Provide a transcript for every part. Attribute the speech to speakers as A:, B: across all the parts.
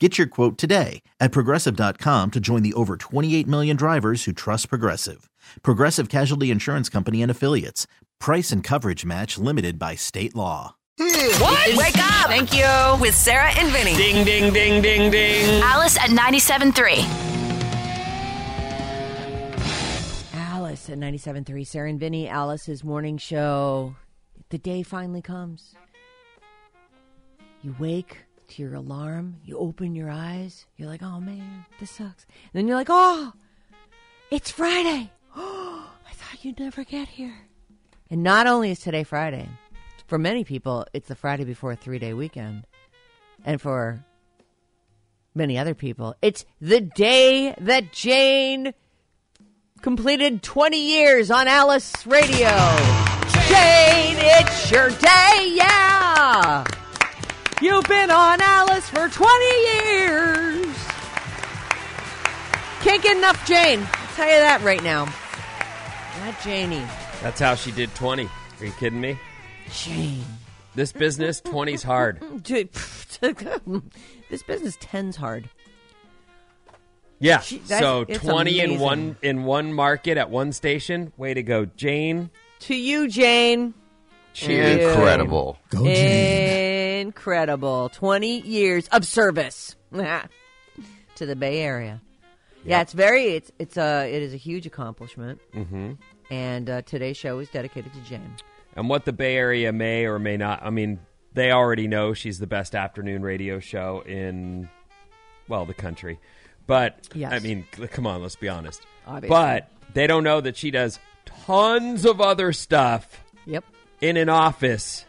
A: Get your quote today at progressive.com to join the over 28 million drivers who trust Progressive. Progressive Casualty Insurance Company and Affiliates. Price and coverage match limited by state law.
B: What?
C: Wake up!
B: Thank you.
C: With Sarah and Vinny.
B: Ding, ding, ding, ding, ding.
D: Alice at 97.3.
E: Alice at 97.3, Sarah and Vinny, Alice's morning show. The day finally comes. You wake to your alarm, you open your eyes, you're like, oh man, this sucks. And then you're like, oh, it's Friday. Oh, I thought you'd never get here. And not only is today Friday, for many people, it's the Friday before a three day weekend. And for many other people, it's the day that Jane completed 20 years on Alice Radio. Jane, it's your day, yeah! You've been on Alice for 20 years! Can't get enough Jane. I'll tell you that right now. Not Janie.
B: That's how she did 20. Are you kidding me?
E: Jane.
B: This business, 20's hard.
E: this business tends hard.
B: Yeah.
E: She- that's-
B: so
E: it's
B: 20 in
E: amazing.
B: one in one market at one station. Way to go, Jane.
E: To you, Jane.
B: Cheers.
E: Yeah.
F: Incredible.
G: Go Jane.
E: Incredible. 20 years of service to the Bay Area. Yeah, it's very it's it's a it is a huge accomplishment. Mm-hmm. And uh, today's show is dedicated to Jane.
B: And what the Bay Area may or may not I mean, they already know she's the best afternoon radio show in well, the country. But
E: Yes.
B: I mean, c- come on, let's be honest.
E: Obviously.
B: But they don't know that she does tons of other stuff.
E: Yep.
B: in an office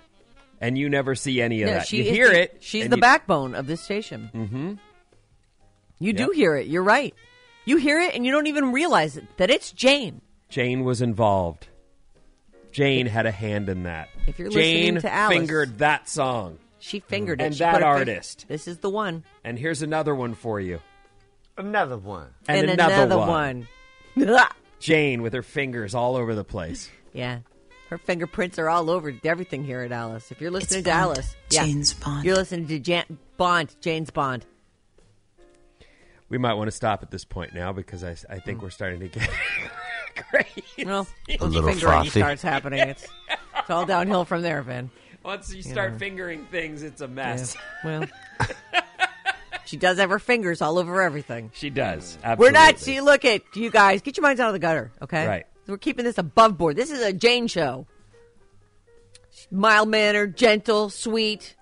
B: and you never see any of
E: Yeah,
B: that.
E: she
B: You
E: is
B: hear
E: the-
B: it.
E: She's
B: and
E: the
B: you-
E: backbone of this station. Mm-hmm. You do
B: Yep.
E: hear it. You're right. You hear it, and you don't even realize it, that it's Jane.
B: Jane was involved. Jane had a hand in that.
E: If you're
B: Jane
E: listening to Alice-
B: fingered that song.
E: She fingered it.
B: Mm-hmm. And
E: She
B: that
E: put her fin-
B: artist.
E: This is the one.
B: And here's another one for you.
F: Another one.
B: And,
E: one.
B: Jane with her fingers all over the place.
E: yeah. Her fingerprints are all over everything here at Alice. If you're listening to
C: Bond.
E: Alice, yeah.
C: Jane's Bond.
E: You're listening to Jan- Bond, Jane's Bond.
B: We might want to stop at this point now because I, I think we're starting to get crazy.
E: Well,
F: A little
E: fingering
F: frothy.
E: starts happening. It's, it's all downhill from there, Vin.
B: Once you start fingering things, it's a
E: Yeah.
B: mess.
E: Well, she does have her fingers all over everything.
B: She does. Absolutely.
E: We're not. See, look at you guys. Get your minds out of the gutter, okay?
B: Right.
E: We're keeping this above board. This is a Jane show. Mild mannered, gentle, sweet,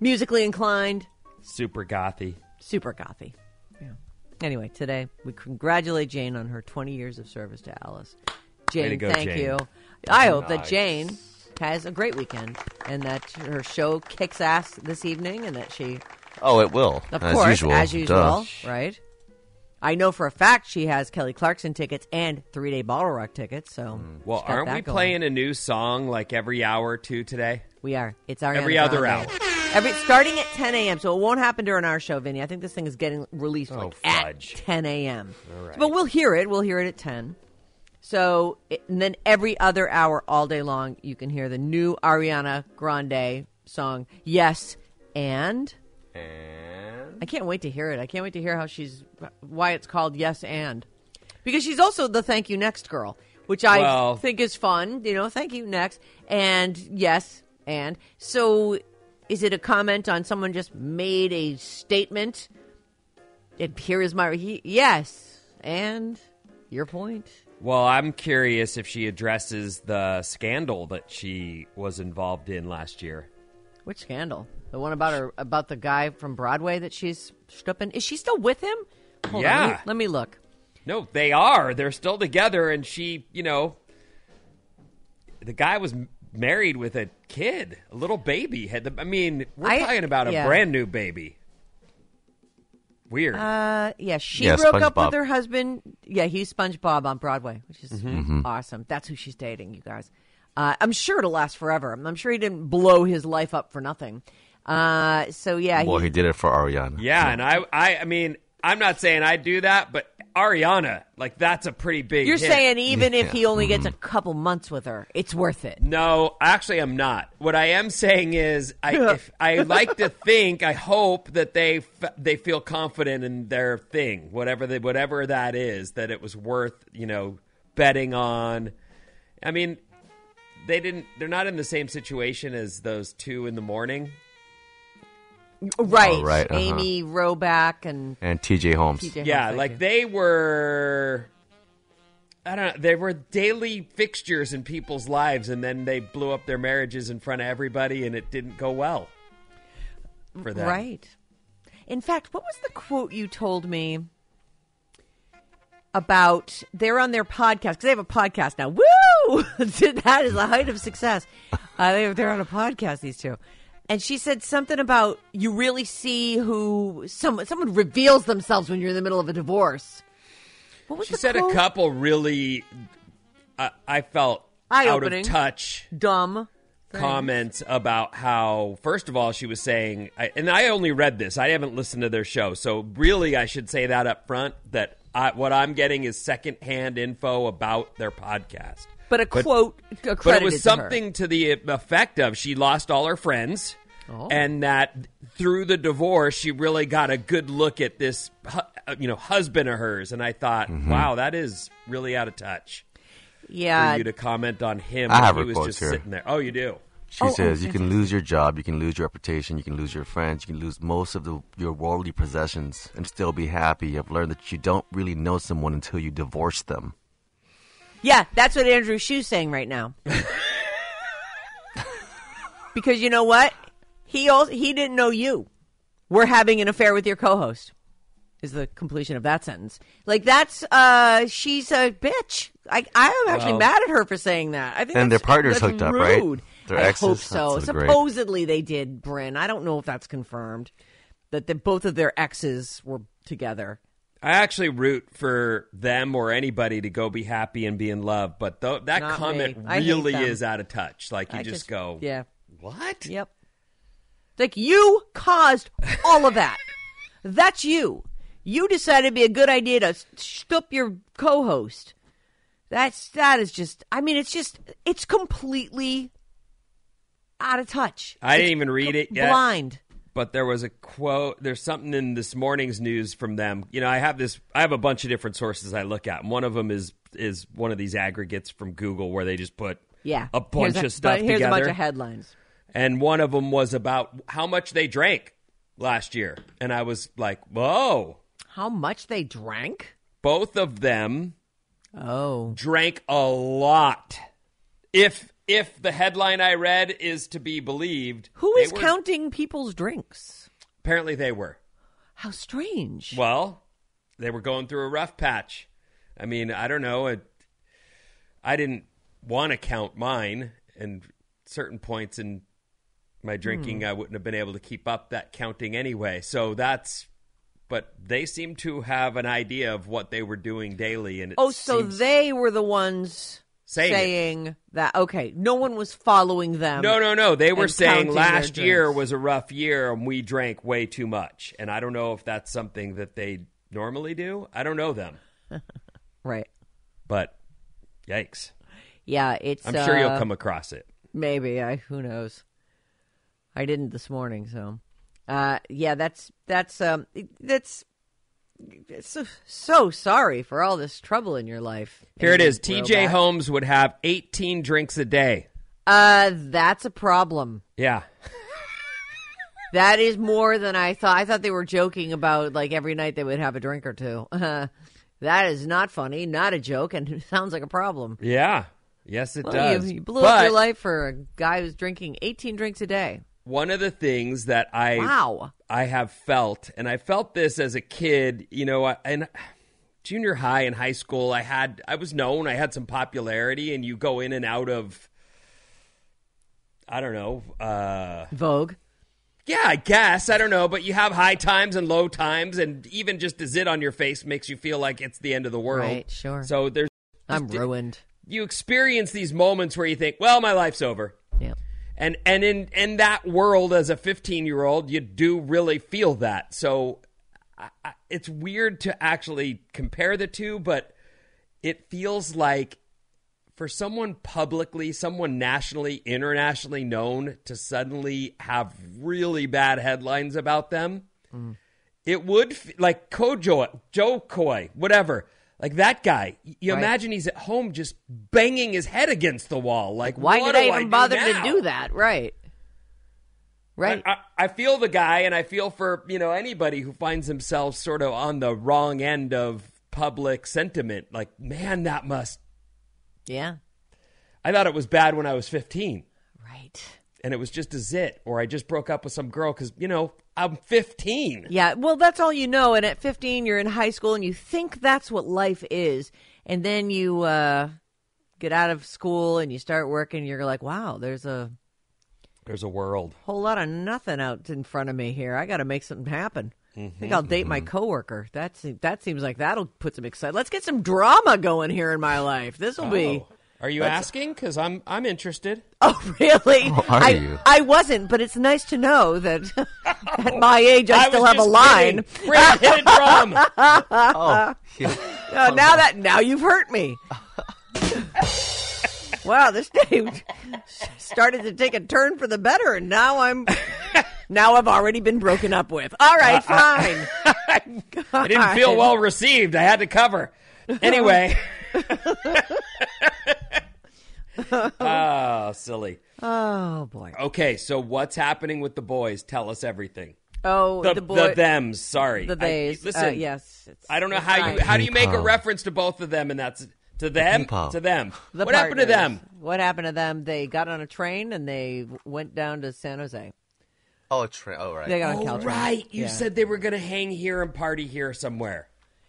E: musically inclined,
B: Super gothy.
E: super gothy. Anyway, today we congratulate Jane on her 20 years of service to Alice. Jane,
B: to go,
E: thank
B: Jane.
E: you. I hope that Jane has a great weekend and that her show kicks ass this evening and that she
F: Oh, it will.
E: of
F: as
E: course,
F: usual.
E: as
F: Duh.
E: usual, right? I know for a fact she has Kelly Clarkson tickets and three day bottle rock tickets. So,
B: Well,
E: she's got
B: aren't
E: that
B: we
E: going.
B: playing a new song like every hour or two today?
E: We are. It's Ariana
B: Every other
E: Grande.
B: hour.
E: Every starting at 10 a.m. So it won't happen during our show, Vinny. I think this thing is getting released like at
B: fudge.
E: 10 a.m. But we'll hear it. We'll hear it at 10. So it, and then every other hour, all day long, you can hear the new Ariana Grande song. Yes, and and I can't wait to hear it. I can't wait to hear how she's why it's called Yes and because she's also the Thank You Next girl, which I
B: Well-
E: think is fun. You know, Thank You Next and Yes and so is it a comment on someone just made a statement And here is my he, yes, and your point.
B: Well, I'm curious if she addresses the scandal that she was involved in last year.
E: Which scandal? The one about her about the guy from Broadway that she's stupping. Is she still with him? Hold on, let me-
B: Yeah.
E: let me look.
B: No, they are. They're still together, and she, you know, the guy was m- married with a kid, a little baby. Had the, I mean, we're
E: I-
B: talking about a
E: yeah.
B: brand new baby. Weird.
E: Uh, yeah, she
F: Yeah,
E: broke up
F: SpongeBob.
E: with her husband. Yeah, he's SpongeBob on Broadway, which is
B: Mm-hmm.
F: Mm-hmm.
E: awesome. That's who she's dating, you guys. Uh, I'm sure it'll last forever. I'm, I'm sure he didn't blow his life up for nothing. Uh, so yeah,
F: Well,
E: he-
F: he did it for Ariana.
B: yeah, and I, I, I mean, I'm not saying I do that, but Ariana, like, that's a pretty big.
E: you're
B: hit.
E: saying even if he only gets a
F: Mm-hmm.
E: couple months with her, it's worth it.
B: No, actually, I'm not. What I am saying is, I if, I like to think, I hope that they f- they feel confident in their thing, whatever they, whatever that is, that it was worth you know betting on. I mean, they didn't. They're not in the same situation as those two in the morning.
E: Right,
F: right, uh-huh.
E: Amy Roback and
F: And TJ Holmes.
E: TJ.
B: Yeah,
E: Holmes,
B: like
E: thank you.
B: they were. I don't know. They were daily fixtures in people's lives, and then they blew up their marriages in front of everybody, and it didn't go well for them.
E: Right. In fact, what was the quote you told me about they're on their podcast because they have a podcast now. Woo! that is the height of success. Uh, they- they're on a podcast, these two. And she said something about you really see who someone someone reveals themselves when you're in the middle of a divorce. What was
B: She
E: the
B: said
E: quote?
B: a couple really, uh, I felt out
E: Eye-opening.
B: of touch
E: dumb.
B: comments about how, first of all, she was saying, I, and I only read this, I haven't listened to their show. So really, I should say that up front that I, what I'm getting is secondhand info about their podcast.
E: But a quote accredited
B: But it was
E: to her.
B: something to the effect of she lost all her friends,
E: Oh.
B: and that through the divorce she really got a good look at this, hu- uh, you know, husband of hers. And I thought,
F: Mm-hmm.
B: wow, that is really out of touch for
E: Yeah.
B: you to comment on him.
F: I
B: when
F: have
B: he
F: her
B: was
F: quotes
B: just
F: here.
B: sitting there. Oh, you do.
F: She says you can lose your job, you can lose your reputation, you can lose your friends, you can lose most of the, your worldly possessions, and still be happy. I've learned that you don't really know someone until you divorce them.
E: Yeah, that's what Andrew Shue's saying right now. because you know what? He also, he didn't know you. We're having an affair with your co-host. Is the completion of that sentence. Like that's uh she's a bitch. I I am actually
B: Well-
E: mad at her for saying that. I think
F: And
E: that's-
F: their partners
E: that's
F: hooked up, right?
E: rude.
F: Their
E: I hope
F: exes?
E: so.
F: That's so great.
E: Supposedly they did, Bryn. I don't know if that's confirmed. That the, both of their exes were together.
B: I actually root for them or anybody to go be happy and be in love, but tho- that
E: Not
B: comment
E: me. I hate
B: really
E: them.
B: is out of touch. Like you
E: I
B: just, go,
E: Yeah.
B: what?
E: Yep. Like you caused all of that. That's you. You decided it'd be a good idea to stup your co-host. That's that is just. I mean, it's just it's completely out of touch.
B: I
E: It's
B: didn't even read it yet.
E: Blind.
B: but there was a quote there's something in this morning's news from them you know i have this i have a bunch of different sources i look at and one of them is is one of these aggregates from google where they just put
E: Yeah.
B: a bunch
E: Here's
B: of stuff
E: Here's
B: together
E: a bunch of headlines.
B: and one of them was about how much they drank last year and i was like whoa
E: How much they drank?
B: both of them
E: Oh,
B: drank a lot if if the headline i read is to be believed
E: who
B: they
E: is
B: were-
E: counting people's drinks?
B: apparently they were
E: How strange.
B: Well, they were going through a rough patch. I mean, I don't know. It, I didn't want to count mine, and certain points in my drinking,
E: Hmm.
B: I wouldn't have been able to keep up that counting anyway. So that's. But they seem to have an idea of what they were doing daily, and it
E: Oh, so
B: seems-
E: they were the ones
B: Saying it.
E: that. Okay, no one was following them.
B: No, no, no. They were
E: um, and
B: saying
E: counting their
B: last year
E: drinks.
B: was a rough year and we drank way too much. And I don't know if that's something that they normally do. I don't know them,
E: Right.
B: but yikes.
E: Yeah, it's.
B: I'm sure you'll
E: uh,
B: come across it.
E: Maybe I. Who knows? I didn't this morning, so. Uh, yeah, that's that's um, that's. So, so sorry for all this trouble in your life.
B: Here it is.
E: Amy
B: TJ
E: Roback.
B: Holmes would have 18 drinks a day.
E: Uh, that's a problem.
B: Yeah.
E: That is more than I thought. I thought they were joking about like every night they would have a drink or two. that is not funny, not a joke, and sounds like a problem.
B: Yeah. Yes, it
E: Well, you-
B: does.
E: You, blew
B: but
E: up your life for a guy who's drinking 18 drinks a day.
B: One of the things that I
E: Wow.
B: I have felt, and I felt this as a kid, you know, I- and junior high and high school, I had, I was known, I had some popularity, and you go in and out of, I don't know, uh,
E: Vogue.
B: yeah, I guess, I don't know, but you have high times and low times, and even just a zit on your face makes you feel like it's the end of the world.
E: Right, sure.
B: So there's,
E: I'm ruined.
B: you experience these moments where you think, well, my life's over.
E: Yeah.
B: And and in in that world as a 15 year old, you do really feel that. So I, I, it's weird to actually compare the two, but it feels like for someone publicly, someone nationally, internationally known to suddenly have really bad headlines about them,
E: Mm.
B: it would f- like Kojo, Joe Coy, whatever. Like that guy, Y- you
E: Right.
B: imagine he's at home just banging his head against the wall. Like,
E: Why
B: what
E: did I
B: do
E: even bother
B: now?
E: to do that? Right. Right.
B: I, I I feel the guy, and I feel for you know anybody who finds themselves sort of on the wrong end of public sentiment. Like, man, that must.
E: yeah.
B: I thought it was bad when I was fifteen,
E: Right.
B: and it was just a zit, or I just broke up with some girl because you know I'm fifteen.
E: Yeah, well, that's all you know. And at 15, you're in high school and you think that's what life is. And then you uh, get out of school and you start working. You're like, wow, there's a
B: There's a world.
E: whole lot of nothing out in front of me here. I got to make something happen. I think I'll date my coworker. That seems, that seems like that'll put some excitement. Let's get some drama going here in my life. This will be.
B: Oh. Are you asking? Because I'm I'm interested.
E: Oh, really?
F: are
E: I,
F: you?
E: I wasn't, but it's nice to know that at my age I,
B: I
E: still
B: was
E: have a
B: just
E: line.
B: kidding. Bring it in drum.
F: Oh, yeah.
E: Uh, now that now you've hurt me. wow, this day started to take a turn for the better, and now I'm now I've already been broken up with. All right, fine.
B: I didn't feel well received. I had to cover. Anyway. oh, silly.
E: Oh boy.
B: Okay, so what's happening with the boys? Tell us everything.
E: Oh,
B: The,
E: the,
B: the,
E: boy,
B: thems. Sorry,
E: the
B: I-
E: theys. Uh,
B: listen,
E: yes, it's-
B: I don't know
E: it's
B: how you
E: fine.
B: how do you make a
F: Ping-pong.
B: reference to both of them, and that's to them
F: ping-pong.
B: to them.
E: The
B: what happened to
E: partners.
B: them?
E: What happened to them? They got on a train and they went down to San Jose.
F: oh, tra- oh, right.
E: They got on
B: Oh,
E: Caltrain.
B: right, you
E: Yeah.
B: said they were going to hang here and party here somewhere.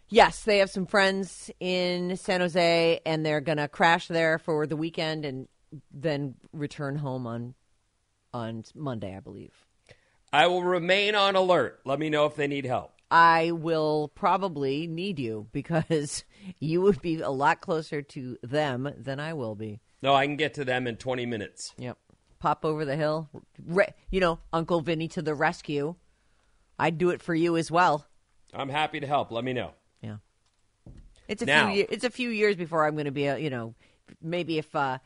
E: Yes, they have some friends in San Jose, and they're gonna crash there for the weekend, and then return home on on Monday, I believe.
B: I will remain on alert. Let me know if they need help.
E: I will probably need you because you would be a lot closer to them than I will be.
B: No, I can get to them in twenty minutes.
E: Yep. Pop over the hill, re- you know, Uncle Vinny to the rescue. I'd do it for you as well.
B: I'm happy to help. Let me know.
E: Yeah. It's a
B: Now-
E: few ye- it's a few years before I'm going to be a, you know, maybe if uh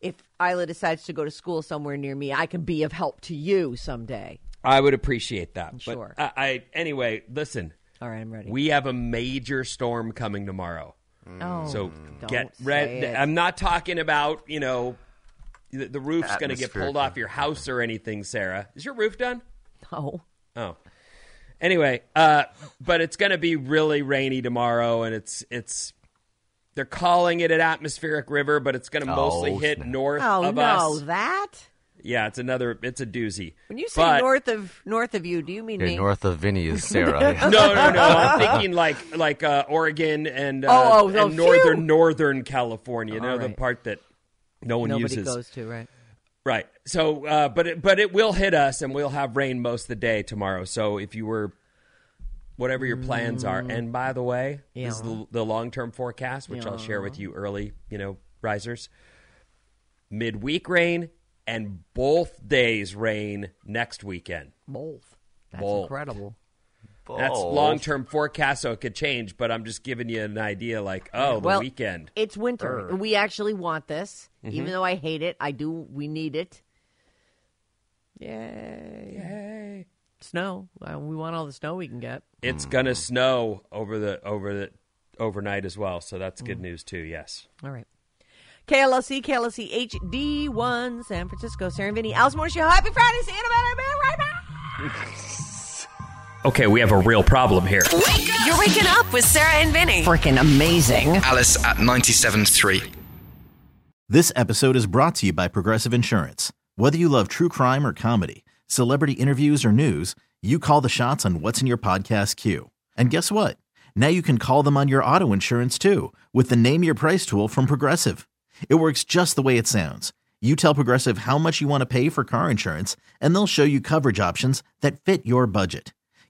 E: if Isla decides to go to school somewhere near me, I can be of help to you someday.
B: I would appreciate that. But
E: Sure.
B: I, I anyway, listen.
E: All right, I'm ready.
B: We have a major storm coming tomorrow.
E: oh,
B: So
E: don't
B: get
E: say
B: ready.
E: it.
B: I'm not talking about, you know, the, the roof's going to get pulled
F: Atmospheric.
B: off your house or anything, Sarah. Is your roof done?
E: No.
B: Oh. Anyway, uh, but it's going to be really rainy tomorrow, and it's it's they're calling it an atmospheric river, but it's going to mostly
F: Oh,
B: hit
F: snap.
B: north
E: Oh
B: of
E: no,
B: us.
E: that?
B: Yeah, it's another. It's a doozy.
E: When you say
B: But-
E: north of north of you, do you mean
F: Okay,
E: me?
F: north of Vinny is Sarah. Yeah.
B: No, no, no. I'm thinking like like uh, Oregon and uh,
E: Oh, oh,
B: and
E: oh, phew.
B: northern Northern California. You know
E: All
B: the
E: right.
B: part that no one
E: Nobody
B: uses.
E: goes to, right?
B: Right. So, uh, but it, but it will hit us, and we'll have rain most of the day tomorrow. So, if you were whatever your plans are, and by the way, this is the, the long term forecast, which I'll share with you early. You know, risers, midweek rain, and both days rain next weekend.
E: Both. That's
B: Both.
E: incredible.
B: That's
F: Oh.
B: long term forecast, so it could change. But I'm just giving you an idea, like oh, the
E: Well,
B: weekend. Mm-hmm.
E: It's winter. We actually want this. Even though I hate it, I do we need it. Yay.
B: Hey.
E: Snow. Uh, We want all the snow we can get.
B: It's gonna snow over the over the overnight as well, so that's good news too. Yes.
E: All right. KLOC, KLOC HD1, San Francisco, Sarah and Vinny, Al's Morning Show. Happy Friday. See you in a minute. Be right back.
H: Okay, we have a real problem here.
C: You're waking up with Sarah and Vinny.
I: Freaking amazing.
J: Alice at 97.3.
A: This episode is brought to you by Progressive Insurance. Whether you love true crime or comedy, celebrity interviews or news, you call the shots on what's in your podcast queue. And guess what? Now you can call them on your auto insurance too with the Name Your Price tool from Progressive. It works just the way it sounds. You tell Progressive how much you want to pay for car insurance, and they'll show you coverage options that fit your budget.